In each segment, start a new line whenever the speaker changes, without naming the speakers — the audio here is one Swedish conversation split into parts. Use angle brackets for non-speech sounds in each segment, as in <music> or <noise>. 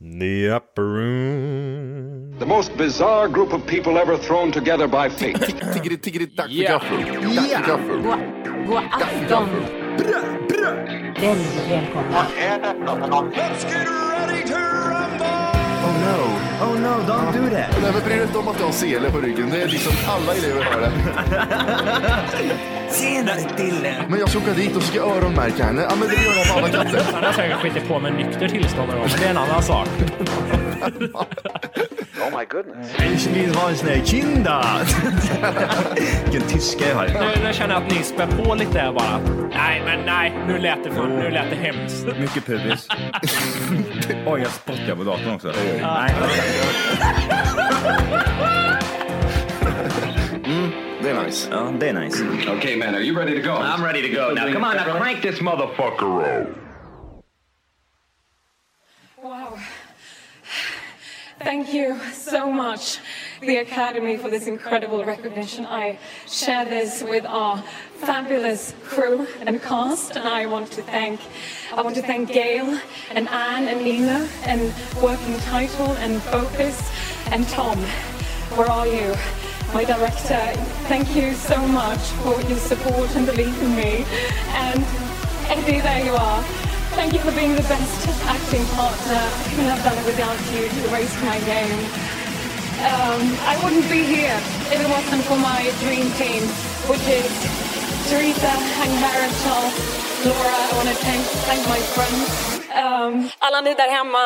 The upper room.
The most bizarre group of people ever thrown together by fate.
Tiggeri, tiggeri, dack för
Yeah.
gaffel. Dack för gaffel.
God, god afton! Väldigt välkomna.
Oh no, oh no, don't do that.
Nej, men bry dig inte om att jag har sele på ryggen. Det är liksom alla elever har det.
Senare Dille.
Men jag ska åka dit och ska öronmärka henne. Ja, men det gör jag på alla katter.
Han har säkert skitit på med nykter tillstånd någon gång, men det är en annan sak.
Ich vill ha en sån här kinda. Vilken tyska jag har.
Nu, nu känner jag att ni spär på lite här bara. Nej, men nej. Nu lät det, för, nu lät det hemskt.
Mycket pubis. Oj, jag spottar på datorn också. Nej,
Det är nice.
ja, det är nice.
okay, man, are you ready to go? I'm ready to go. Now, come on, now crank this motherfucker up.
Wow. Thank you so much, the Academy, for this incredible recognition. I share this with our fabulous crew and cast, and I want to thank I want to thank Gail and Anne and Nina and Working Title and Focus and Tom. Where are you? My director, thank you so much for your support and belief in me. And Eddie, there you are. Thank you for being the best acting partner. I couldn't have done it without you. You raised my game. Um, I wouldn't be here if it wasn't for my dream team, which is Teresa and Maren Charles, Laura. I want to thank, thank my friends. Um, alla ni där hemma.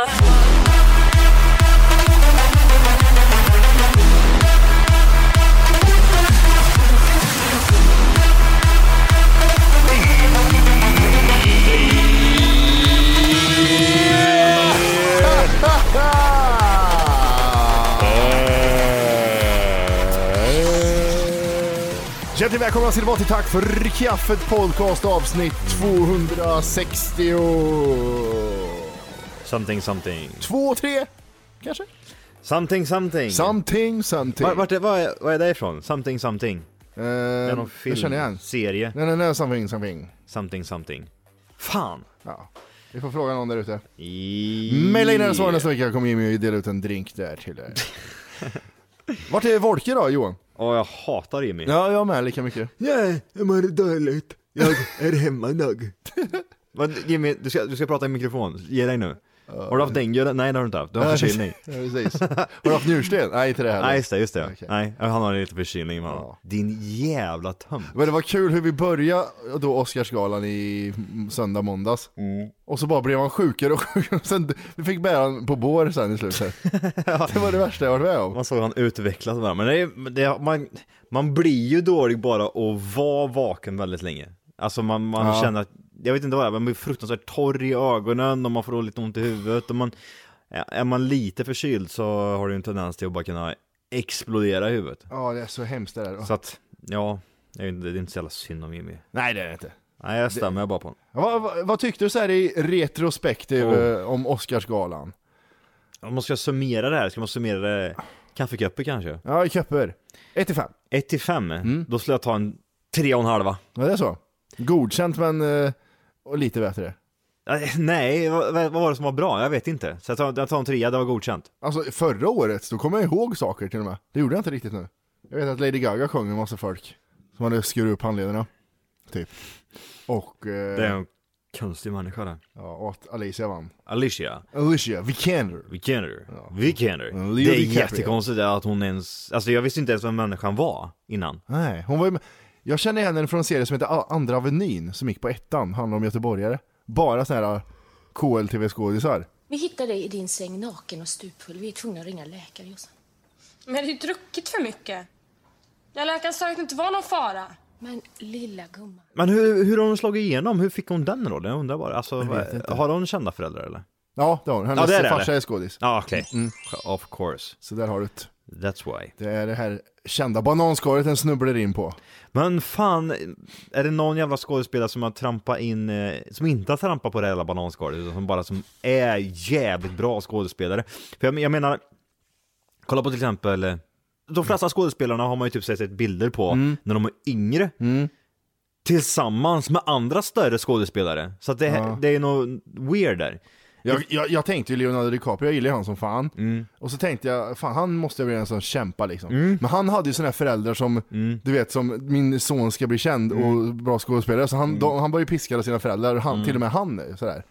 Ah! Hjärtligt välkomna ska ni vara till Tack för kaffet podcast avsnitt 260...
Something, something.
Två, tre, kanske?
Something, something.
Something, something. Eh,
Var, vart är, var, är, var är det ifrån? Something, something. Det är någon film,
Det känner jag igen.
serie.
Nej, nej, nej, something, something.
Something, something. Fan!
Ja. Vi får fråga någon där ute.
I...
Mejla in era svar nästa vecka kommer Jimmy att dela ut en drink där
<laughs>
till er. Vart är Volke då Johan?
Åh, jag hatar Jimmy.
Ja, jag med lika mycket.
Ja, jag mår dåligt. Jag är hemma idag. Vad, Jimmy, du ska, du ska prata i mikrofon. Ge dig nu. Har du haft dengue? Nej, det har du inte haft. Du har
<laughs>
förkylning.
Ja, precis. Har du haft njursten? Nej, inte det heller.
Nej, just det, just det.
Okej.
Nej, han har lite förkylning man.
Ja.
Din jävla tönt.
Men det var kul hur vi började då Oscarsgalan i söndag, måndags. Och så bara blev han sjukare och sjukare. Och <laughs> Sen, vi fick bära honom på bår sen i <laughs> slutet. Det var det värsta jag varit med om.
Man såg han utvecklas bara. Men det, är- men det, man, man blir ju dålig bara att vara vaken väldigt länge. Alltså man, man
Ja.
känner att, jag vet inte vad det är, man blir fruktansvärt torr i ögonen och man får lite ont i huvudet och man, är man lite förkyld så har du ju en tendens till att bara kunna explodera i huvudet.
Ja, det är så hemskt det där.
Så att, ja, det är ju inte- det är inte så jävla synd om Jimmy.
Nej, det är det inte.
Nej, jag stämmer jag bara på honom.
Ja, Vad, vad, vad tyckte du så här i retrospektiv
Oh.
eh, om Oscarsgalan?
Om man ska summera det här, ska man summera det kaffekoppor kanske?
Ja, i köper. 1 till 5.
1 till 5,
Mm.
då skulle jag ta en 3,5.
Ja, det är så. Godkänt men eh, och lite bättre.
Eh, Nej, vad, vad vad var det som var bra? Jag vet inte. Så jag tar, jag tar en trea, det var godkänt.
Alltså förra året, då kommer jag ihåg saker till och med. Det gjorde jag inte riktigt nu. Jag vet att Lady Gaga sjöng med massa folk som hade skurit upp handlederna. Typ. Och, eh,
Det är en konstig människa det.
ja, och att Alicia vann.
Alicia
Alicia Vikander.
Vikander. Vikander.
Leo
Det är
DiCaprio.
jättekonstigt att hon ens... Alltså jag visste inte ens vem människan var innan.
Nej, hon var ju med. Jag känner igen henne från en serie som heter A- Andra Avenyn som gick på ettan, handlar om göteborgare. Bara sådana här eh, KLTV-skådisar.
Vi hittade dig i din säng naken och stupfull. Vi är tvungna att ringa läkare, Jossan.
Men jag hade ju druckit för mycket. Jag läkaren sa att det inte var någon fara.
Men lilla gumman.
Men hur, hur har hon slagit igenom? Hur fick hon den rollen? Jag undrar bara. Alltså,
vet inte.
har hon kända föräldrar eller?
Ja, det har hon.
Ja,
Hennes
det är det,
farsa
eller?
är skådis.
Ja, okej.
Mm.
Of course.
Så där har du det.
That's why.
Det är det här kända bananskalet den snubblar in på.
Men fan, är det någon jävla skådespelare som har trampat in, eh, som inte har trampat på det hela bananskalet, utan som bara som är jävligt bra skådespelare? För jag, jag menar, kolla på till exempel, eh, de flesta skådespelarna har man ju typ sett sett bilder på när de är yngre. Tillsammans med andra större skådespelare. Så att det, det är nog weird där.
Jag, jag, jag tänkte ju Leonardo DiCaprio, jag gillar ju han som fan. Och så tänkte jag, fan han måste bli en som kämpar liksom. Men han hade ju såna här föräldrar som, du vet som min son ska bli känd och bra skådespelare. Så han, de, han var ju piskad av sina föräldrar, han, till och med han är sådär.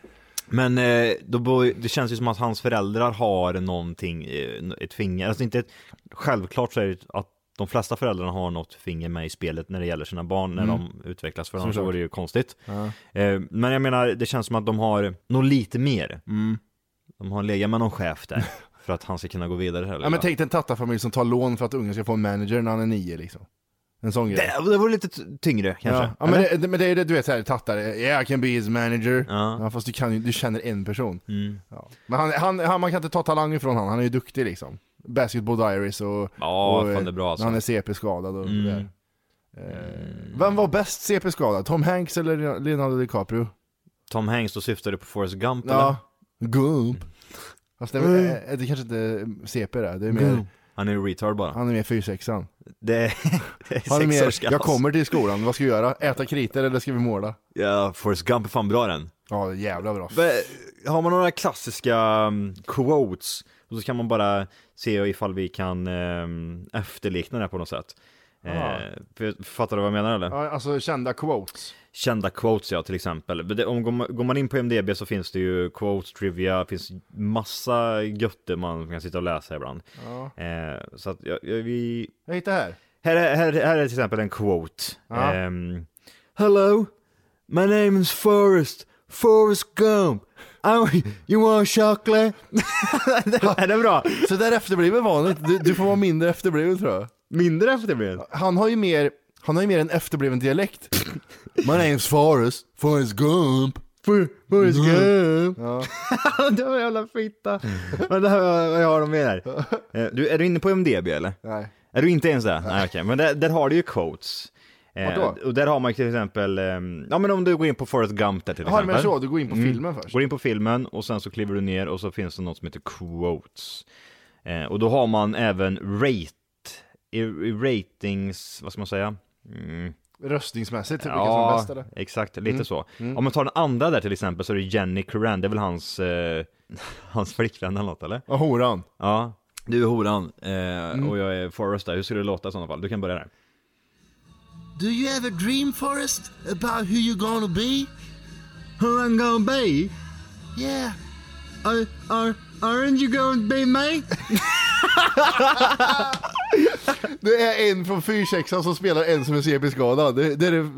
Men eh, då, bo- det känns ju som att hans föräldrar har någonting, eh, ett finger, alltså inte ett, självklart så är det att de flesta föräldrarna har något finger med i spelet när det gäller sina barn när
Mm.
de utvecklas för annars vore det ju konstigt. Eh, men jag menar, det känns som att de har nog lite mer.
Mm.
De har en lega med någon chef
<laughs>
där för att han ska kunna gå vidare. Här,
Ja men tänk dig en tattarfamilj som tar lån för att ungen ska få en manager när han är nio liksom. En sån grej.
det, det vore lite t- tyngre kanske.
Ja, ja men, det, det- men det är ju det du vet såhär, tattare, eh, yeah I can be his manager.
Ja.
Ja. fast du, kan, ju- du känner en person.
Mm.
Ja. Men han, han, han, man kan inte ta talang ifrån han, han är ju duktig liksom. Basketball Diaries och,
Ja,
och
fan,
eh,
det är bra, alltså.
när han är CP-skadad och det där. Eh, vem var bäst CP-skadad? Tom Hanks eller Leonardo DiCaprio?
Tom Hanks, då syftar du på Forrest Gump eller?
Ja, Gump. <laughs> Fast det, är- eh, det kanske inte är CP det, det är mer,
Han är ju retard bara.
han är mer 4-6an.
Det är, det
<laughs> Han är
är
mer,
sexårsgans.
jag kommer till skolan, vad ska vi göra? Äta kriter eller ska vi måla?
Ja, Forrest Gump är fan bra den.
Ja, jävla bra.
Vad- Har man några klassiska mm, quotes, och så kan man bara se ifall vi kan ehm, efterlikna det på något sätt. Eh, för- fattar du vad jag menar eller?
Ja, alltså kända quotes.
Kända quotes ja, till exempel. Men Det, om, går man- går man in på MDB så finns det ju quotes, trivia, finns massa götter man kan sitta och läsa ibland. Eh, så att jag, jag, vi...
Jag hittade här.
Här är, här, här är till exempel en quote.
Ja.
Ehm, Hello, my name is Forrest. Forrest Gump. I'm, you want chocolate? <laughs> är det bra?
Så där efterbliven var han inte. Du, du får vara mindre efterbliven tror jag.
Mindre efterbliven?
Han har ju mer, han har ju mer en efterbliven dialekt. <laughs> My name's Forrest, Forrest Gump. Mm.
Forrest Gump.
Ja.
Mm. <laughs> det var en jävla fitta. Men det här, jag, jag har dem <laughs> med här. Eh, Du, är du inne på MDB eller?
Nej.
Är du inte ens det? Nej okej, men där, där har du ju quotes. Eh,
Vadå?
och där har man ju till exempel, ehm, ja men om du går in på Forrest Gump där till exempel.
Har
Mm.
du med så? Du går in på filmen först.
Går in på filmen och sen så kliver du ner och så finns det något som heter quotes. Eh, och då har man även rate, i, i ratings, vad ska man säga? Mm,
Röstningsmässigt, typ, vilka som är bäst eller? Mm.
exakt, lite så. Om man tar den andra där till exempel så är det Jenny Curran, det är väl hans, eh, <laughs> hans flickvän eller något eller?
Ja, horan.
Ja. Du är horan eh, och jag är Forrest där, hur skulle det låta i sådana fall? Du kan börja där.
Do you ever dream, Forrest, about who you're gonna be?
Who I'm gonna be?
Yeah.
Are, are, aren't you gonna be me?
Det är en från 4-6an som spelar en som är CP-skadad. Det, det, är det,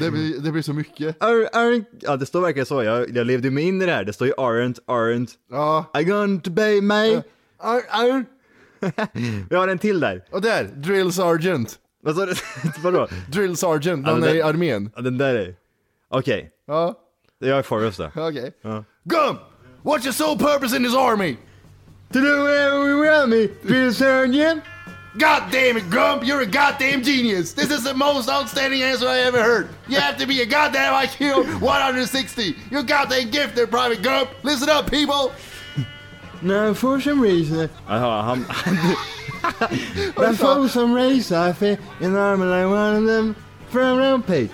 det, blir, det blir så mycket.
Are, aren't... Ja, det står verkligen så. Jag, jag levde ju mig in i det här. Det står ju aren't, aren't.
Ja.
I gonna to be me.
Ar, ar.
Vi har en till där.
Och där, Drill Sergeant.
Vad sa du? <laughs> Vadå?
Drill Sergeant,
Ja,
han
det
är
där-
i armén.
Ja, Den där är... Okej,
Ja.
jag är Forrest då.
Okej. Gump! What's your sole purpose in this army?
To do everything me, drill surgeon.
God damn it, Gump, you're a goddamn genius. This is the most outstanding answer I ever heard. You have to be a goddamn IQ 160. You're goddamn gifted, Private Gump. Listen up, people.
No, for some reason... Jaha, han... <laughs> But for some reason I feel in the army like one of them from rampage.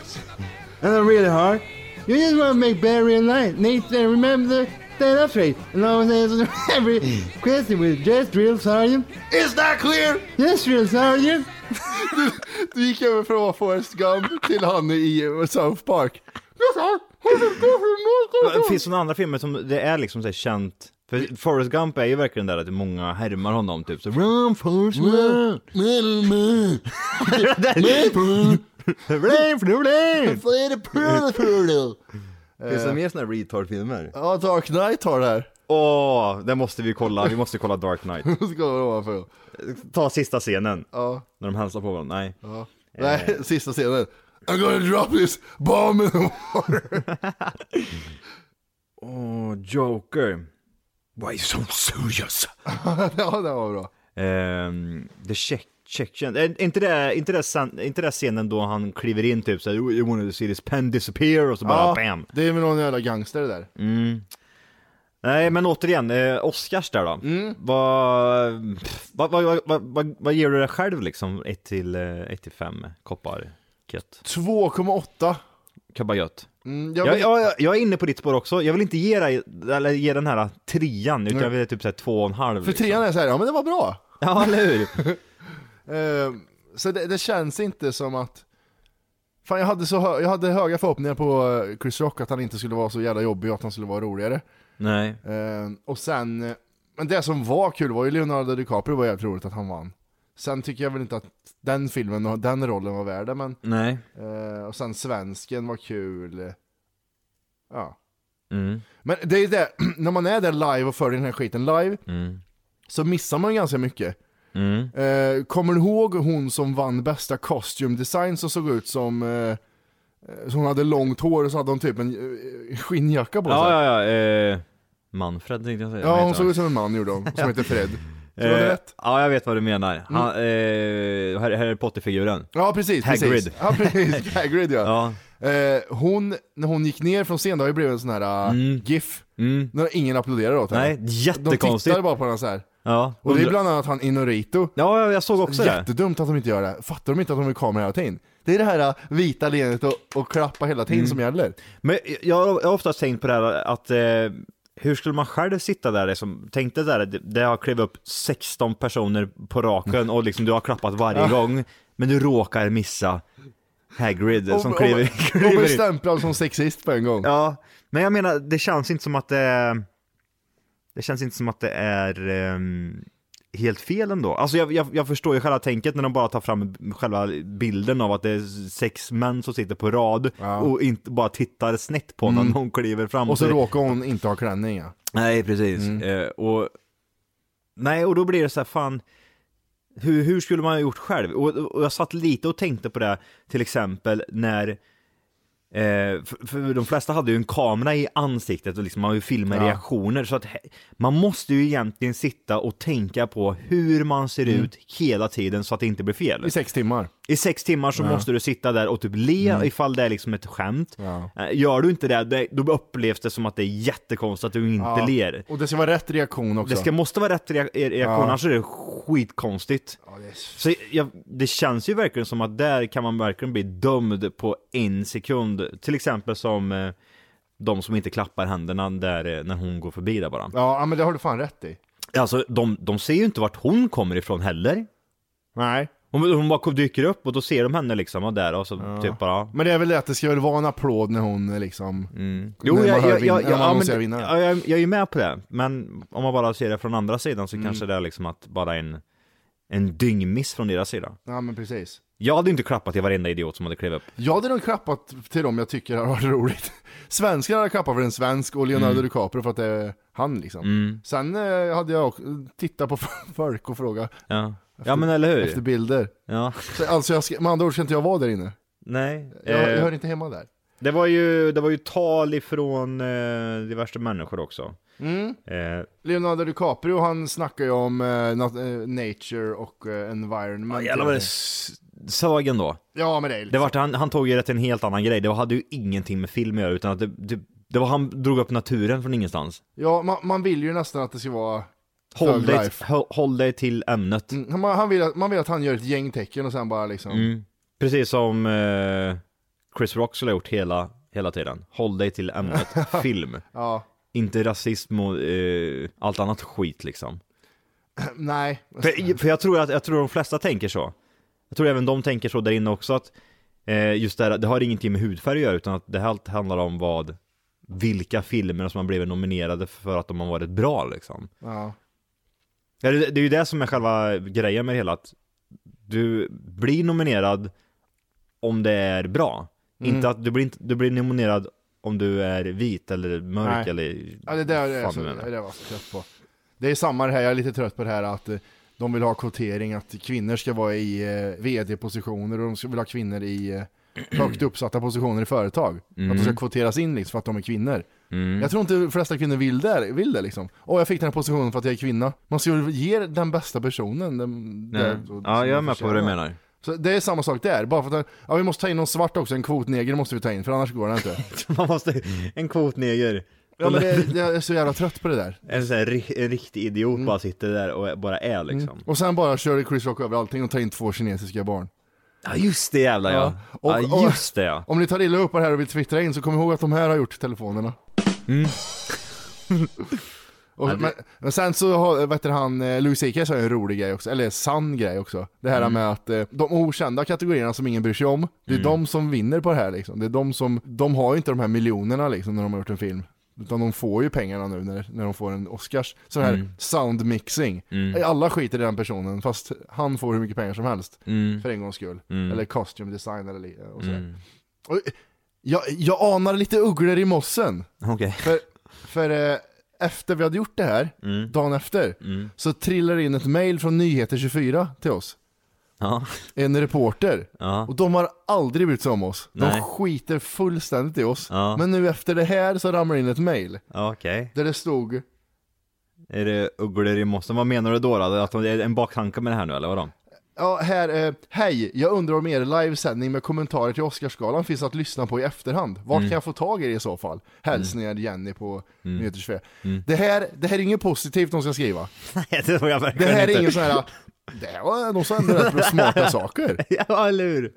And I'm really hard. You just want to make Barry and I need to remember the stand up straight. And <laughs> always answer every question with just drill sergeant.
It's not clear.
Yes, drill sergeant.
Du gick över från att vara Forrest Gump till han i eh, South Park.
Finns det några andra filmer som det är liksom så här känt? För Forrest Gump är ju verkligen där att många härmar honom typ så Run Forrest run! Run for run! Finns det mer såna här retard-filmer?
Ja, Dark Knight har det här.
Åh, det måste vi kolla, vi måste kolla Dark <laughs> Knight.
Ska vara ovanför.
Ta sista scenen.
Ja.
När de hälsar på varandra, nej.
Nej, <laughs> sista scenen. I'm gonna drop this bomb in the water. <laughs>
Åh, Joker.
Why so serious?
ja, det var bra.
Ehm, the check, check är inte det, inte, det, san- inte det scenen då han kliver in typ såhär, you wanted to see this pen disappear och så bara bam. Mm.
Det är väl någon jävla gangster det där.
Nej men återigen, eh, Oscars där då. Vad, pff, vad, vad, vad, vad, vad, vad ger du dig själv liksom? 1 till, eh, ett till 5 koppar? Gött.
2,8.
Kabba gött.
Mm, jag
Jag,
vet-
jag, jag är inne på ditt spår också. Jag vill inte ge, dig, eller ge den här trean, utan jag vill ge typ så här två och en halv.
För trean är så här, ja men det var bra.
Ja, eller hur?
<laughs> Eh, så det, det känns inte som att... Fan jag hade, så hö- jag hade höga förhoppningar på eh, Chris Rock, att han inte skulle vara så jävla jobbig och att han skulle vara roligare.
Nej.
Eh, och sen, eh, men det som var kul var ju Leonardo DiCaprio, det var jävligt roligt att han vann. Sen tycker jag väl inte att den filmen och den rollen var värd det, men...
Nej.
eh, och sen svensken var kul. Ja.
Mm.
Men det är ju det, <clears throat> när man är där live och följer den här skiten live, så missar man ganska mycket.
Mm.
Eh, kommer du ihåg hon som vann bästa costume design som såg ut som, eh, som hon hade långt hår och så hade hon typ en eh, skinnjacka på sig?
Ja, ja, ja. Eh, Manfred tänkte jag säga. Vad
Ja,
heter
hon
han?
såg ut som en man gjorde
<laughs>
hon, som heter Fred. Så var det
Eh,
rätt? Mm.
Ja, jag vet vad du menar. Han, eh, Harry Harry Potter-figuren.
Ja precis,
Hagrid.
precis. Ja
<laughs>
precis, Hagrid ja.
Ja.
Eh, hon, när hon gick ner från scenen, det har ju blivit en sån här eh, GIF.
Mm.
När ingen applåderar åt henne.
Nej,
De
jättekonstigt.
tittade bara på den så här.
Ja.
Och det är bland annat han Inorito.
Ja, jag- jag såg också det.
Jättedumt att de inte gör det. Fattar de inte att de vill kamera hela tiden? Det är det här eh, vita leendet och, och klappa hela
Mm.
tiden som gäller.
Men jag har jag har ofta tänkt på det här att eh, hur skulle man själv sitta där? Liksom, tänk dig där, det- det har klivit upp 16 personer på raken och liksom, du har klappat varje gång, men du råkar missa Hagrid som kliver,
och blir
kliver in.
stämplad som sexist på en gång.
Ja, men jag menar, det känns inte som att det, det känns inte som att det är ehm, helt fel ändå. Alltså jag, jag, jag förstår ju själva tänket när de bara tar fram själva bilden av att det är sex män som sitter på rad och inte bara tittar snett på när någon kliver fram.
Mm. Och så
säger-
råkar hon inte ha klänning ja.
Nej, precis. Eh, och, nej, och då blir det så här, fan, hur, hur skulle man ha gjort själv? Och, och jag satt lite och tänkte på det, till exempel när Eh, för, för de flesta hade ju en kamera i ansiktet och liksom man vill filma reaktioner så att he- man måste ju egentligen sitta och tänka på hur man ser ut hela tiden så att det inte blir fel.
I sex timmar.
I sex timmar så måste du sitta där och typ le ifall det är liksom ett skämt. Eh, Gör du inte det, det, då upplevs det som att det är jättekonstigt att du inte ler.
Och det ska vara rätt reaktion också.
Det ska, måste vara rätt rea- reaktion, annars är det skitkonstigt. Så jag, det känns ju verkligen som att där kan man verkligen bli dömd på en sekund. Till exempel som eh, de som inte klappar händerna där, eh, när hon går förbi där bara.
Ja men det har du fan rätt i.
Alltså, de, de ser ju inte vart hon kommer ifrån heller.
Nej.
Hon, hon bara dyker upp och då ser de henne liksom, och där och så typ bara,
Men det är väl det att det ska väl vara en applåd när hon eh, liksom...
Mm. Jo,
när
jag,
man hör
jag,
vin-
jag,
när man
ja, men,
annonserar vinnare.
ja, jag, jag är ju med på det, men om man bara ser det från andra sidan så
Mm.
kanske det är liksom att bara en, en dyngmiss från deras sida.
Ja men precis.
Jag hade inte klappat till varenda idiot som hade klivit upp.
Jag hade nog klappat till dem jag tycker har varit roligt. <laughs> Svenskarna hade jag klappat för en svensk och Leonardo
Mm.
DiCaprio för att det är han liksom. Sen eh, hade jag också tittat på <laughs> folk och frågat
Ja, ja men eller hur?
efter bilder.
Ja,
Så, alltså jag ska, med andra ord ska inte jag vara där inne.
nej.
Jag, jag
eh,
hör inte hemma där.
det, var ju, det var ju tal ifrån eh, diverse människor också.
Mm.
Eh,
Leonardo DiCaprio han snackar ju om eh, nat- eh, nature och eh, environment.
jävlar vad det s- sög ändå.
ja men det är
Det var, han, han tog ju det till en helt annan grej, det hade ju ingenting med film att göra utan att det, det, det var han drog upp naturen från ingenstans.
liksom- Ja, man, man vill ju nästan att det ska vara...
Håll
Thug
dig,
life.
hå- håll dig till ämnet.
Mm, Man, han vill, att- man vill att han gör ett gäng tecken och sen bara liksom...
Mm. Precis som eh, Chris Rock skulle ha gjort hela, hela tiden. Håll dig till
<laughs>
ämnet film.
Ja,
Inte rasism och eh, allt annat skit liksom.
nej.
För, för jag, tror att, jag tror de flesta tänker så. Jag tror även de tänker så där inne också att eh, just det här, det har ingenting med hudfärg att göra utan att det här allt handlar om vad vilka filmer som har blivit nominerade för att de har varit bra liksom.
Ja.
Ja, det, det är ju det som är själva grejen med det hela, att du blir nominerad om det är bra.
Mm.
Inte att du blir, inte, du blir nominerad om du är vit eller mörk
Nej.
eller...
Ja, det där är
Fan,
så,
men-
det där var jag så trött på. Det är samma det här, jag är lite trött på det här att eh, de vill ha kvotering, att kvinnor ska vara i eh, vd-positioner och de ska- vill ha kvinnor i eh, högt uppsatta positioner i företag. Att de
Mm.
ska kvoteras in liksom för att de är kvinnor. Jag tror inte de flesta kvinnor vill det, vill det liksom. Åh, jag fick den här positionen för att jag är kvinna. Man ska ju ge den bästa personen den,
Nej.
den- som
Ja, jag är
den
med på vad du
förtjänar.
menar.
Så det är samma sak där, bara för att ja, vi måste ta in någon svart också, en kvotneger måste vi ta in, för annars går
<laughs>
det inte.
<laughs> Man måste... En kvotneger.
Ja, men det, jag är så jävla trött på det där.
En sån här ri- en riktig idiot
Mm.
bara sitter där och bara är liksom.
Och sen bara körde Chris Rock över allting och tog in två kinesiska barn.
Ja just det jävlar ja.
Och-
Ja,
och-
just det ja.
Om ni tar illa upp på det här och vill twittra in så kom ihåg att de här har gjort telefonerna. <laughs> och, men, men sen så har, vet du han, eh, Louis CK sa ju en rolig grej också, eller sann grej också. Det här med att eh, de okända kategorierna som ingen bryr sig om, det är de som vinner på det här liksom. Det är de som, de har ju inte de här miljonerna liksom när de har gjort en film. Utan de får ju pengarna nu när, när de får en Oscars. Sån här sound mixing. Alla skiter i den personen fast han får hur mycket pengar som helst. För en gångs skull. Eller costume design eller li- och sådär. Och jag, jag anar lite ugglor i mossen.
Okej.
För, för eh, efter vi hade gjort det här,
Mm.
dagen efter, så trillar det in ett mail från Nyheter24 till oss.
Ja.
En reporter.
Ja.
Och de har aldrig brytt sig om oss. De
Nej.
skiter fullständigt i oss.
Ja.
Men nu efter det här så ramlar det in ett mail.
Ja, Okej.
Där det stod,
Är det ugglor i mossen? Vad menar du då? då? Att det är en baktanke med det här nu eller vadå?
ja här, eh, hej, jag undrar om er livesändning med kommentarer till Oscarsgalan finns att lyssna på i efterhand. Vart
Mm.
kan jag få tag i er i så fall? Hälsningar Jenny på Nyheter24.
Mm.
Det, här, det här är inget positivt de ska skriva.
Nej det tror jag
Det
verkligen
här är
inte.
ingen sån här, det här var de som ändå rätt bra smarta saker.
<laughs> Ja eller hur?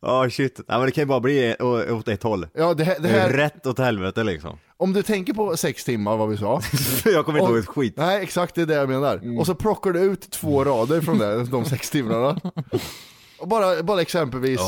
Ja shit. Ja men det kan ju bara bli å- åt ett håll.
Ja, det här, det här,
Rätt åt helvete liksom.
om du tänker på sex timmar vad vi sa.
jag kommer inte
och-
ihåg ett skit. Mm.
Nej, exakt det är det jag menar. Och så plockar du ut två rader från det, de
<laughs>
sex timmarna. Och bara, bara exempelvis,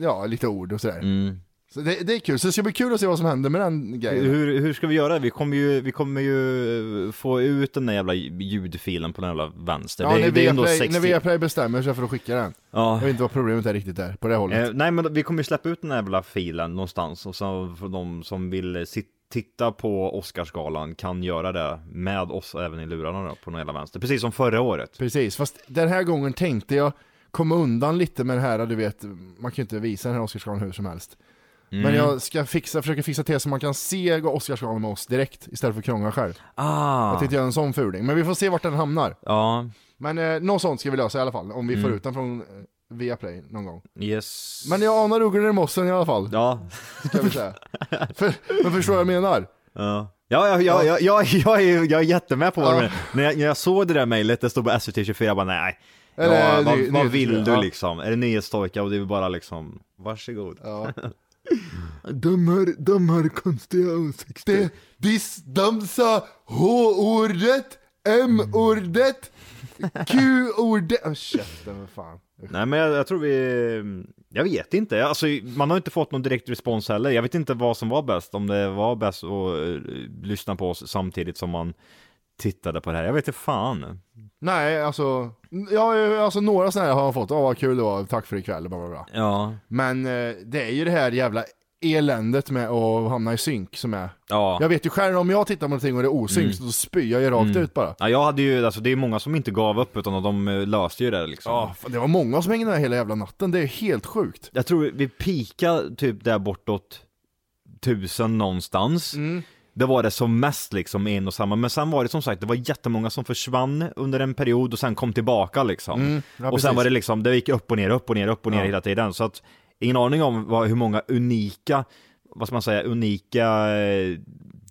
ja, lite ord och sådär. Så det, det är kul, så det ska bli kul att se vad som händer med den grejen.
Mm. Hur, hur ska vi göra? Vi kommer, ju, vi kommer ju eh, få ut den där jävla ljudfilen på den jävla vänster.
Ja,
det, är-
när
det är ändå
Viaplay-
60...
när Viaplay bestämmer sig för att skicka den.
Ja.
Jag vet inte vad problemet är riktigt där, på det hållet.
Eh, nej men vi kommer ju släppa ut den här jävla filen någonstans och så för de som vill eh, sit- titta på Oscarsgalan kan göra det med oss även i lurarna då, på den hela vänster. Precis som förra året.
Precis, fast den här gången tänkte jag komma undan lite med det här, du vet, man kan ju inte visa den här Oscarsgalan hur som helst.
Mm.
Men jag ska fixa, försöka fixa till så man kan se Oscarsgalan med oss direkt istället för att krångla själv. Jag
Ah!
tänkte göra en sån fuling, men vi får se vart den hamnar.
Ja, Mm.
Men eh, något sånt ska vi lösa i alla fall, om vi får ut den från eh, Viaplay någon gång.
yes.
Men jag anar ugglor i mossen i alla fall,
Ja,
ska vi säga. för, men förstår vad jag menar?
ja. Ja, ja, ja, ja, ja, jag, är, jag är jättemed på vad du
Ja.
menar. När jag, när jag såg det där mejlet, det stod på SVT24, jag bara nej.
Eller,
Ja, vad,
ny-
vad
nyhets-
vill
ja.
du liksom? Är det nyhetstorka och det är bara liksom, varsågod.
Ja. de, här, de här konstiga åsikter. Dis, de sa H-ordet, M-ordet, Q-ordet. Oh, Mm. Käften för fan.
Nej men jag, jag tror vi, jag vet inte, alltså, man har inte fått någon direkt respons heller. Jag vet inte vad som var bäst, om det var bäst att eh, lyssna på oss samtidigt som man tittade på det här. Jag vet inte fan.
Nej, alltså. Ja, alltså några sådana här har jag fått. Ja, vad kul det var. Tack för ikväll. Bla, bla, bla.
Ja.
Men eh, det är ju det här jävla eländet med att hamna i synk som är.
Ja.
Jag vet ju själv om jag tittar på någonting och det är osynk så då spyr jag ju rakt ut bara.
Ja, jag hade ju, alltså det är många som inte gav upp utan att de eh, löste ju det liksom.
Ja, fan, det var många som hängde med hela jävla natten. Det är helt sjukt.
Jag tror vi peakade typ där bortåt tusen någonstans.
Mm.
Det var det som mest liksom en och samma, men sen var det som sagt, det var jättemånga som försvann under en period och sen kom tillbaka liksom.
Mm. ja,
och
precis.
sen var det liksom, det gick upp och ner, upp och ner, upp och ner
Ja.
hela tiden. Så att, ingen aning om vad, hur många unika, vad ska man säga, unika eh,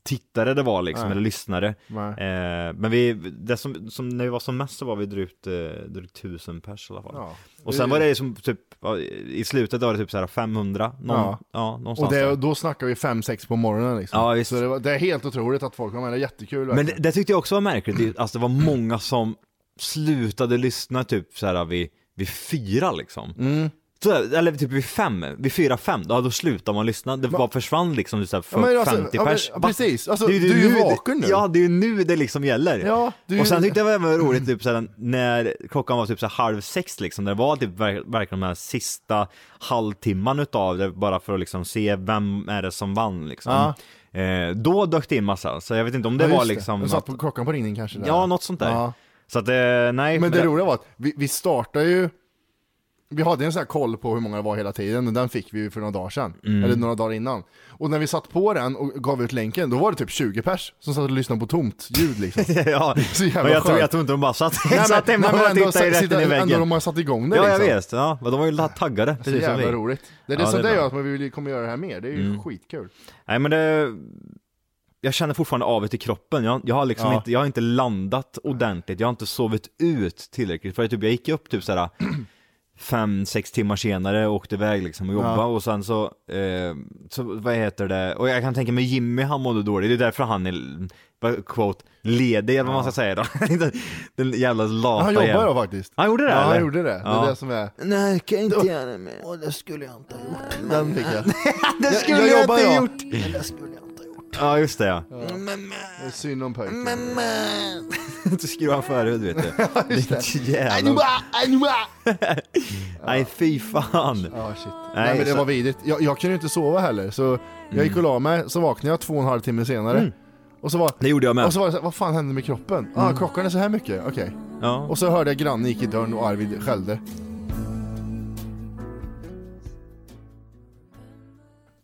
tittare det var liksom,
Nej.
eller lyssnare.
Nej.
Eh, men vi, det som, som, när vi var som mest så var vi drygt, eh, drygt tusen pers i alla fall.
Ja.
Och sen var det som typ, ja, i slutet var det typ så här 500, någon,
Ja.
ja. någonstans
Och det,
där.
då snackar vi 5-6 på morgonen liksom.
Ja, visst.
Så det, var, det är helt otroligt att folk har med det, jättekul
Men
verkligen.
det, det tyckte jag också var märkligt, det- alltså det var många som slutade lyssna typ så här vid, vid fyra liksom.
Mm.
Så, där, eller typ vid fem, vid fyra, fem, ja, då slutar man lyssna. Det bara försvann liksom så här, för
Ja, men alltså,
50
ja, men-
pers.
ja,
Va?
precis. Alltså, du är ju vaken nu.
Ja, det är ju nu det liksom gäller.
Ja, du är ju-
och sen tyckte jag det var roligt typ, såhär, när klockan var typ såhär, halv sex liksom, när det var typ verk- verkligen de här sista halvtimman utav det, bara för att liksom se vem är det som vann liksom. Eh, då dök det in massa, så jag vet inte om det
Ja, just
var liksom...
Jag satt på
något-
klockan på ringning kanske. Där.
Ja, något sånt där.
Ja.
Så att, eh, nej.
Men det roliga var att vi, vi startade ju, vi hade en sån här koll på hur många det var hela tiden och den fick vi ju för några dagar sedan.
Mm.
Eller några dagar innan. Och när vi satt på den och gav ut länken, då var det typ 20 pers som satt och lyssnade på tomt ljud liksom.
<laughs>
<laughs>
ja,
Så jävla
men jag tror, <laughs>
skönt.
jag tror inte de bara satt,
Nej, men-
satt
nej,
hemma
men
och
ändå
tittade
sitta-
rätt in i
Ändå
väggen.
de har satt igång det
Ja, jag
liksom.
vet. Ja, men de var ju la- taggade,
Så
precis som vi.
jävla roligt. Det är det
Ja,
som
det är
det
bra. Mm.
gör att man vill, kommer göra det här mer, det är ju skitkul.
Nej men det... Jag känner fortfarande avet i kroppen. Jag, jag har liksom
Ja.
inte, jag har inte landat ordentligt. Jag har inte sovit ut tillräckligt. För jag, typ, jag gick upp typ såhär <clears throat> fem, sex timmar senare och åkte iväg liksom och jobbade
Ja.
och sen så, eh, så, vad heter det, och jag kan tänka mig Jimmy han mådde dåligt, det är därför han är, vad- quote, ledig eller vad man ska säga då. <laughs> Den jävla lata
Han jobbar
jäveln.
då faktiskt.
Han gjorde det
Ja, han
eller?
gjorde det. Det är det som är...
Nej, kan jag inte göra det mer.
Åh, det skulle jag inte ha gjort. Den fick jag.
Det skulle
jag
jag,
jobbar,
inte
ja.
gjort!
Men det skulle jag inte ha gjort.
Ja, just det ja.
Det är synd om pojken.
<laughs> Då skruvar han förhud vet
<laughs>
du. Ditt jävla...
Ja,
<laughs> Nej, fy fan.
shit. Nej,
Nej,
men det
så- Mm.
var vidrigt. Jag, jag kunde ju inte sova heller, så jag gick och la mig, så vaknade jag två och en halv timme senare. Och så var...
Det gjorde jag med. Mm.
Och så var det så här, vad fan hände med kroppen? Ah, klockan är så här mycket, okej.
Ja.
Och så hörde jag grannen gick i dörren och Arvid skällde.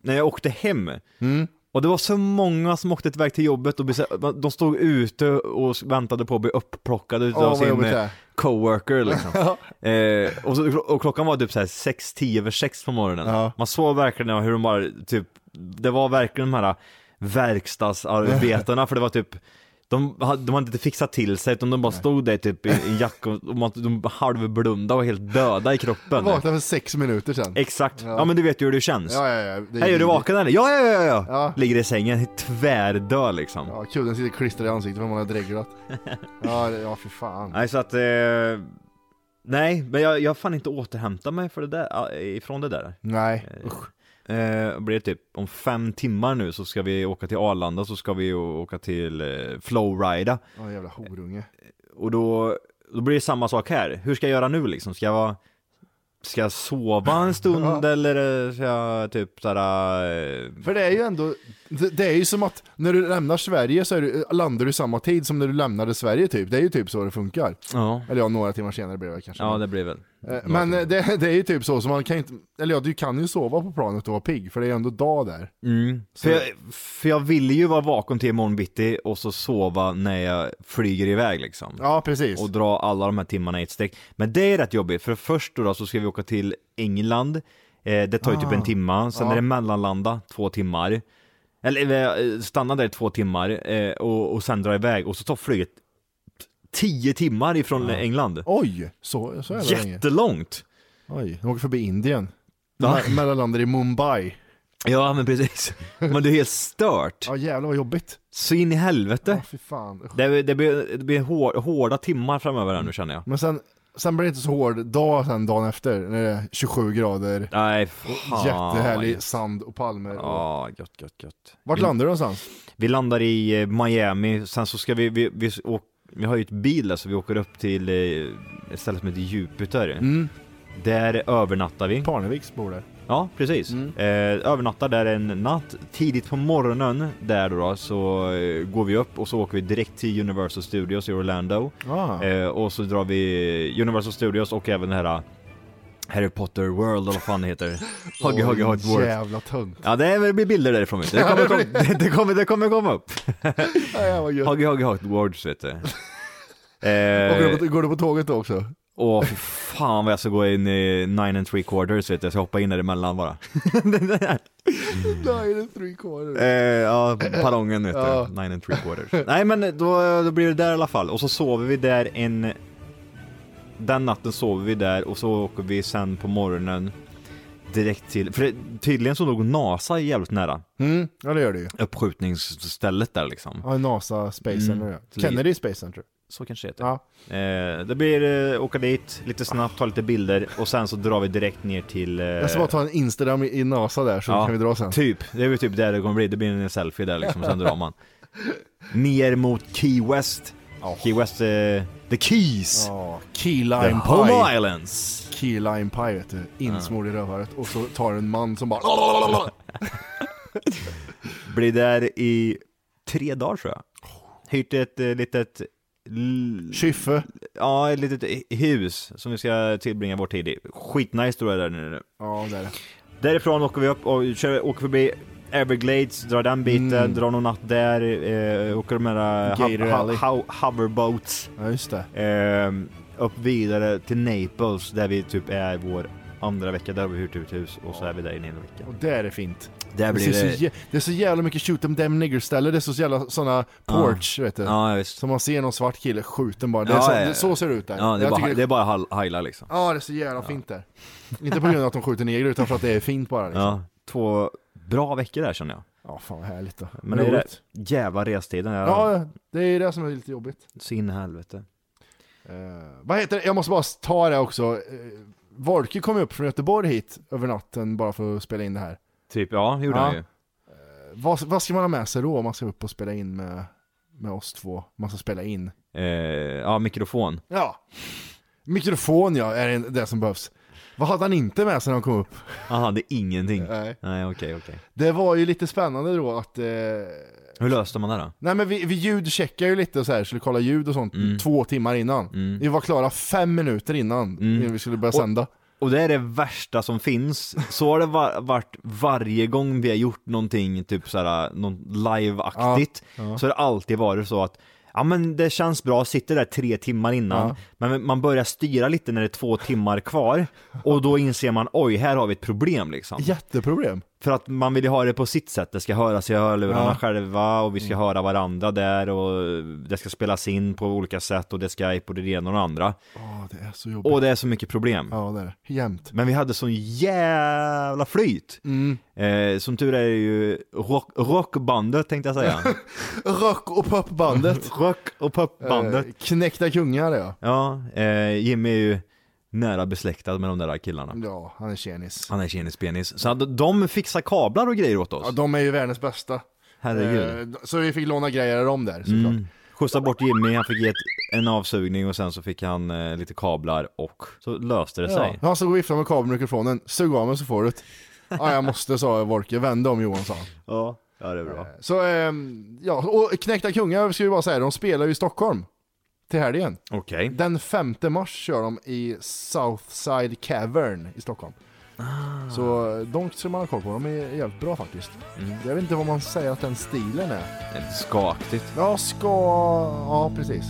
när jag åkte hem.
Mm.
Och det var så många som åkte iväg till jobbet och blev så här- de stod ute och väntade på att bli upplockade
Åh,
utav
vad
sin
jobbigt det
eh,
är.
coworker
<laughs>
liksom. eh, och, så, och klockan var typ så här 6, 10 över 6 på morgonen.
Ja.
Man såg verkligen hur de bara typ, det var verkligen de här eh, verkstadsarbetarna för det var typ de hade, de hade inte fixat till sig utan de bara stod där typ i en jacka och och man- de var halvblunda och helt döda i kroppen.
Vaknade för sex minuter sedan.
Exakt, ja.
Ja.
men du vet ju hur det känns.
Ja, ja, ja. Det
Hej, är du
vidrigt.
vaken eller? Ja, ja, ja, ja, ja!
Ja.
Ligger i sängen, tvärdöd liksom.
Ja, kudden sitter klistrad i ansiktet för man
<laughs>
har dreglat. Ja, det- ja för fan.
Nej, så att... Eh... Nej, men jag, jag fan inte återhämta mig för det där, eh, ifrån det där.
Nej,
Eh, blir det typ om fem timmar nu så ska vi åka till Arlanda, så ska vi å- åka till eh, Flowrida.
oh, jävla horunge.
Och då, då blir det samma sak här. Hur ska jag göra nu liksom? Ska jag vara... Ska jag sova en
<laughs>
stund eller eh, ska jag typ såhär... Eh...
För det är ju ändå, det, det är ju som att när du lämnar Sverige så är du, landar du i samma tid som när du lämnade Sverige typ. Det är ju typ så det funkar.
Ja.
Eller ja, några timmar senare blir det kanske.
ja, det blir väl.
Eh, Men eh, det, det är ju typ så, så man kan ju inte, eller ja, du kan ju sova på planet och vara pigg, för det är ju ändå dag där.
För jag, för jag ville ju vara vaken till imorgon bitti och så sova när jag flyger iväg liksom.
Ja, precis.
Och dra alla de här timmarna i ett streck. Men det är rätt jobbigt, för först då, då så ska vi åka till England. Eh, det tar ju typ
Ah.
en timma, sen är det mellanlanda två timmar. Eller eh, stanna där i två timmar eh, och, och sen dra iväg. Och så tar flyget tio timmar ifrån England.
Oj, så, så är det länge.
Jättelångt!
Oj, de åker förbi Indien.
Ja.
Me- Mellanlandar i Mumbai.
Ja men
<laughs>
precis. Men det är helt stört.
Ja jävlar vad jobbigt.
Så in i helvete.
Ja fy fan. Usch.
Eh. Det, det blir, det blir hår, hårda timmar framöver här nu känner jag.
Men sen, sen blir det inte så hård dag sen dagen efter när det är 27 grader,
Nej, fan.
jättehärlig sand och palmer. Och...
Ja, gött, gött, gött.
Vart
vi,
landar du någonstans?
vi landar i eh, Miami, sen så ska vi, vi, vi, åk, vi har ju ett bil där så vi åker upp till eh, ett ställe som heter Jupiter.
Mm.
Där övernattar vi.
Parneviks bor där.
Ja, precis. Eh, övernattar där en natt. Tidigt på morgonen där då, då så eh, går vi upp och så åker vi direkt till Universal Studios i Orlando.
Ah.
Eh, och så drar vi Universal Studios och även det här eh, Harry Potter World eller vad fan det heter. Huggy Huggy Hot World.
Jävla tunt.
Ja, det är- det blir bilder därifrån vet du. Det kommer, kom, det, det kommer, det kommer komma upp. Eh,
Ja, vad gött.
Huggy Huggy Hot Words vet du.
Och går, du
Eh, Mm.
på, går du på tåget då också?
åh fy fan vad jag ska gå in i nine and three quarters vet du. Jag ska hoppa in däremellan bara. <laughs>
Nej, det är three quarter.
Eh, ja, ballongen vet
Ja.
du. Nine and three quarters. Nej men då, då blir det där i alla fall. Och så sover vi där en... Den natten sover vi där och så åker vi sen på morgonen direkt till... För det, tydligen så låg NASA jävligt nära
Mm, ja det gör du ju.
uppskjutningsstället där liksom.
Ja, NASA Space Center. ja. Kennedy Space Center.
Så kanske det heter.
Ja.
Mm. Typ. Eh, det blir eh, åka dit lite snabbt, ta lite bilder och sen så drar vi direkt ner till... Eh,
Jag ska bara ta en Instagram i i NASA där så
ja,
kan vi dra sen.
Typ, det är väl typ där det kommer bli. Det blir en selfie där liksom, sen drar man. Ner mot Key West. Key West, eh, the Keys.
Ja, Key
The
Lime
Home
Pie.
Islands.
Key Lime Pie vet du. Insmord i rövhålet. Och så tar en man som bara...
Blir där i tre dagar tror jag. Hyrt ett eh, litet, l-
Kyffe.
ja, ett litet i- hus som vi ska tillbringa vår tid i. Skitnice tror jag där nere.
Ja, där är det.
Därifrån åker vi upp och kör, åker förbi Everglades, drar den biten,
Mm.
drar någon natt där, eh, åker de här eh,
Gator
ho- ho-
Alley.
ho- hoverboats.
Ja, just det.
Ehm, upp vidare till Naples där vi typ är vår andra vecka, där har vi hyrt ut hus och så är vi där i en hel vecka.
Och där är fint.
Där
Det,
blir
ser
det...
så jä- det är så jävla mycket shoot them damn nigger ställe det är så jävla sådana porch vet du.
Ja, visst.
Som man ser någon svart kille, skjut den bara. Det är
Ja,
så,
ja, ja.
Det, så ser det ut där.
Ja, det är
Jag
bara,
tycker
det är bara hal- hajla liksom.
Ja, det är så jävla fint där. Inte på grund av att de skjuter negrer utan för att det är fint bara. Liksom. Ja.
Ja. Två bra veckor där känner jag.
fan vad härligt då.
Men det är
Roligt.
det jävla restiden. Jag...
Ja, det är det som är lite jobbigt.
Så in i helvete.
Eh, vad heter det? Jag måste bara ta det också. Uh, Volke kom upp från Göteborg hit över natten bara för att spela in det här.
Typ, ja, det gjorde
Ja.
han ju.
Vad, vad ska man ha med sig då om man ska upp och spela in med, med oss två? Man ska spela in.
Eh, ja, mikrofon.
Ja. Mikrofon ja, är det som behövs. Vad hade han inte med sig när han kom upp?
Han hade ingenting.
Nej.
Nej, okej, okej.
Det var ju lite spännande då att... Eh,
Hur löste man det då?
nej men vi, vi ljudcheckade ju lite och så här, skulle kolla ljud och sånt två timmar innan. Vi var klara fem minuter innan, innan vi skulle börja sända.
Och det är det värsta som finns. Så har det va- varit varje gång vi har gjort någonting, typ såhär, något live-aktigt. Så har det alltid varit så att Ja men det känns bra, sitter där tre timmar innan, men man börjar styra lite när det är två timmar kvar och då inser man oj, här har vi ett problem liksom.
Jätteproblem.
För att man vill ju ha det på sitt sätt, det ska höras i hörlurarna
Ja.
själva och vi ska höra varandra där och det ska spelas in på olika sätt och det ska i på det ena och det andra.
Ja, det är så jobbigt.
Och det är så mycket problem.
Ja, det är det. Jämt.
Men vi hade sån jävla flyt!
Mm.
Eh, som tur är det ju rock, rockbandet tänkte jag säga.
Rock och popbandet.
<laughs> Rock och popbandet.
<laughs> Eh, Knäckta kungar ja.
Ja, eh, Jimmy är ju nära besläktad med de där killarna.
Ja, han är tjenis.
Han är kinesisk penis. Så hade de fixar kablar och grejer åt oss.
Ja, de är ju världens bästa.
Herregud.
Eh, Så vi fick låna grejer av dem där såklart.
Skjutsade bort Jimmy, han fick ge ett, en avsugning och sen så fick han eh, lite kablar och så löste det
Ja.
sig.
Han stod och viftade med kabeln och mikrofonen, sug av mig så får du det. Ja, jag måste sa Wolke, vänd om Johan sa han.
Ja, ja det är bra.
Så, ehm, ja, och Knäckta Kungar ska vi bara säga, de spelar ju i Stockholm till helgen.
Okej.
Den 5 mars kör de i Southside Cavern i Stockholm. Så de ska man ha koll på, de är jävligt bra faktiskt. Jag vet inte vad man säger att den stilen är.
Okay. Skakigt.
Ja, ska... Ja, precis.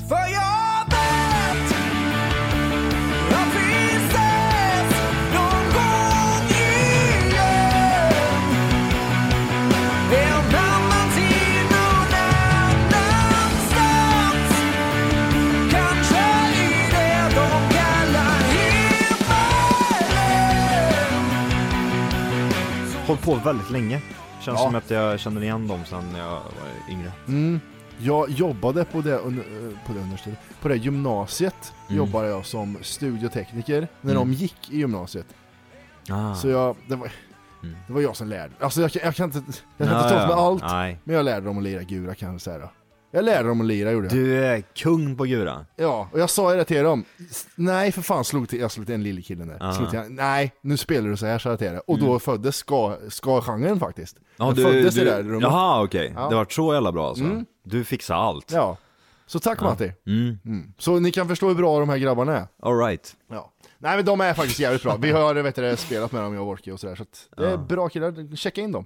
Hållit på väldigt länge. Känns
Ja.
som att jag känner igen dem sen jag var yngre.
Jag jobbade på det, un- eh, på det universitetet, på det gymnasiet jobbade jag som studiotekniker när de gick i gymnasiet.
Ah.
Så jag, det var,
Mm.
det var jag som lärde Alltså jag, kan- jag kan inte, jag kan inte ta åt mig allt,
Nej.
men jag lärde dem att lira gura kan jag säga då. Jag lärde dem att lira gjorde jag.
Du är kung på Gura.
Ja, och jag sa ju det till dem. S- Nej för fan, slog till, jag slog till en lille killen där. Slog till, han. nej, nu spelar du så här, sa jag till det. Och
Mm.
då föddes ska, ska-genren faktiskt. den föddes i det här rummet.
Jaha, okej.
Ja. Mm.
Det var så jävla bra alltså. Du fixar allt.
Ja. Så tack Matti. Mm. Så ni kan förstå hur bra de här grabbarna är.
All right.
Ja. Nej men de är faktiskt jävligt bra. Vi har vet du, spelat med dem, jag och Orki och sådär. Så att det är bra killar, checka in dem.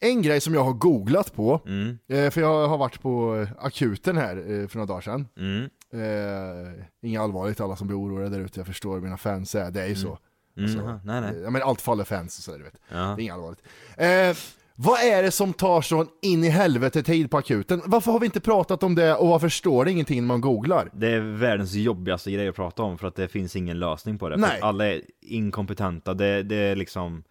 En grej som jag har googlat på,
Mm.
eh, för jag har varit på eh, akuten här eh, för några dagar sedan. Eh, Inget allvarligt, alla som blir oroliga där ute, jag förstår mina fans är, det är ju så.
Jaha, Mm, nej, nej.
Eh, Ja, men allt faller fans och sådär du vet. Det är inget allvarligt. Eh, vad är det som tar sån in i helvete tid på akuten? Varför har vi inte pratat om det och varför står det ingenting när man googlar?
Det är världens jobbigaste grej att prata om för att det finns ingen lösning på det. För
Nej.
att Alla är inkompetenta. Det, det är liksom...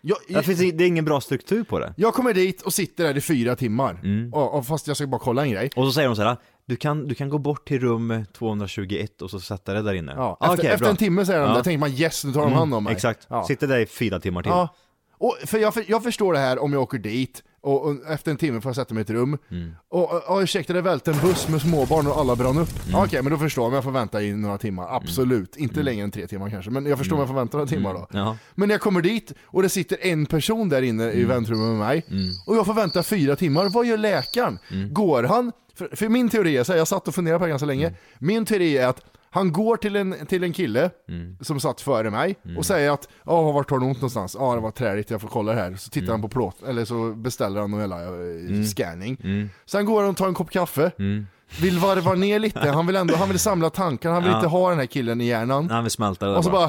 Jag,
Det, finns, det är ingen bra struktur på det.
Jag kommer dit och sitter där i fyra timmar,
Mm.
och, och fast jag ska bara kolla en grej.
Och så säger de så här, du kan, du kan gå bort till rum 221 och så sätta det där inne.
Ja,
Ah,
efter
okej,
efter
bra.
en timme säger de
Ja. Mm,
det, tänker man yes, nu tar de hand om mig.
Exakt.
Ja.
Sitter där i fyra timmar till.
Ja. Och för jag, för, jag förstår det här om jag åker dit, och, och efter en timme får jag sätta mig i ett rum.
Mm.
Och, och, och ursäkta, det välte en buss med småbarn och alla brann upp.
Mm.
Ja, Okej, men då förstår jag om jag får vänta i några timmar, absolut. Inte längre än tre timmar kanske, men jag förstår
Mm.
om jag får vänta några timmar då.
Ja.
Men när jag kommer dit och det sitter en person där inne i väntrummet med mig och jag får vänta fyra timmar, vad gör läkaren? Går han? För, för min teori är så här, jag satt och funderade på det ganska länge, min teori är att han går till en, till en kille som satt före mig och säger att ja, vart har du ont någonstans? Ja, det var träligt, jag får kolla det här. Så tittar han på plåt, eller så beställer han någon jävla eh, scanning. Sen går han och tar en kopp kaffe, vill varva ner lite, han vill ändå, han vill samla tankarna, han vill inte ha den här killen i hjärnan.
Nej, vi smälter det
Och så
bara.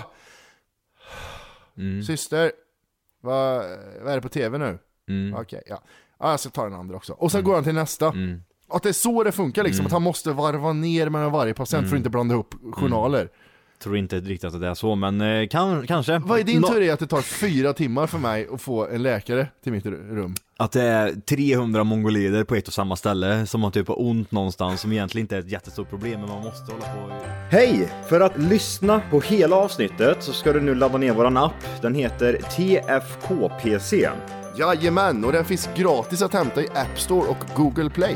bara... Syster, Vad, vad är det på tv nu? Okej, ja. ja. Jag ska ta den andra också. Och sen går han till nästa. Att det är så det funkar liksom, att han måste varva ner mellan varje patient för att inte blanda ihop journaler.
Tror inte riktigt att det är så, men eh, kan, kanske.
Vad är din
Nå-
teori att det tar fyra timmar för mig att få en läkare till mitt ru- rum?
Att det är 300 mongolider på ett och samma ställe som har typ har ont någonstans som egentligen inte är ett jättestort problem men man måste hålla på och... Hej! För att lyssna på hela avsnittet så ska du nu ladda ner våran app. Den heter TFKPC.
Jajamän, och den finns gratis att hämta i App Store och Google Play.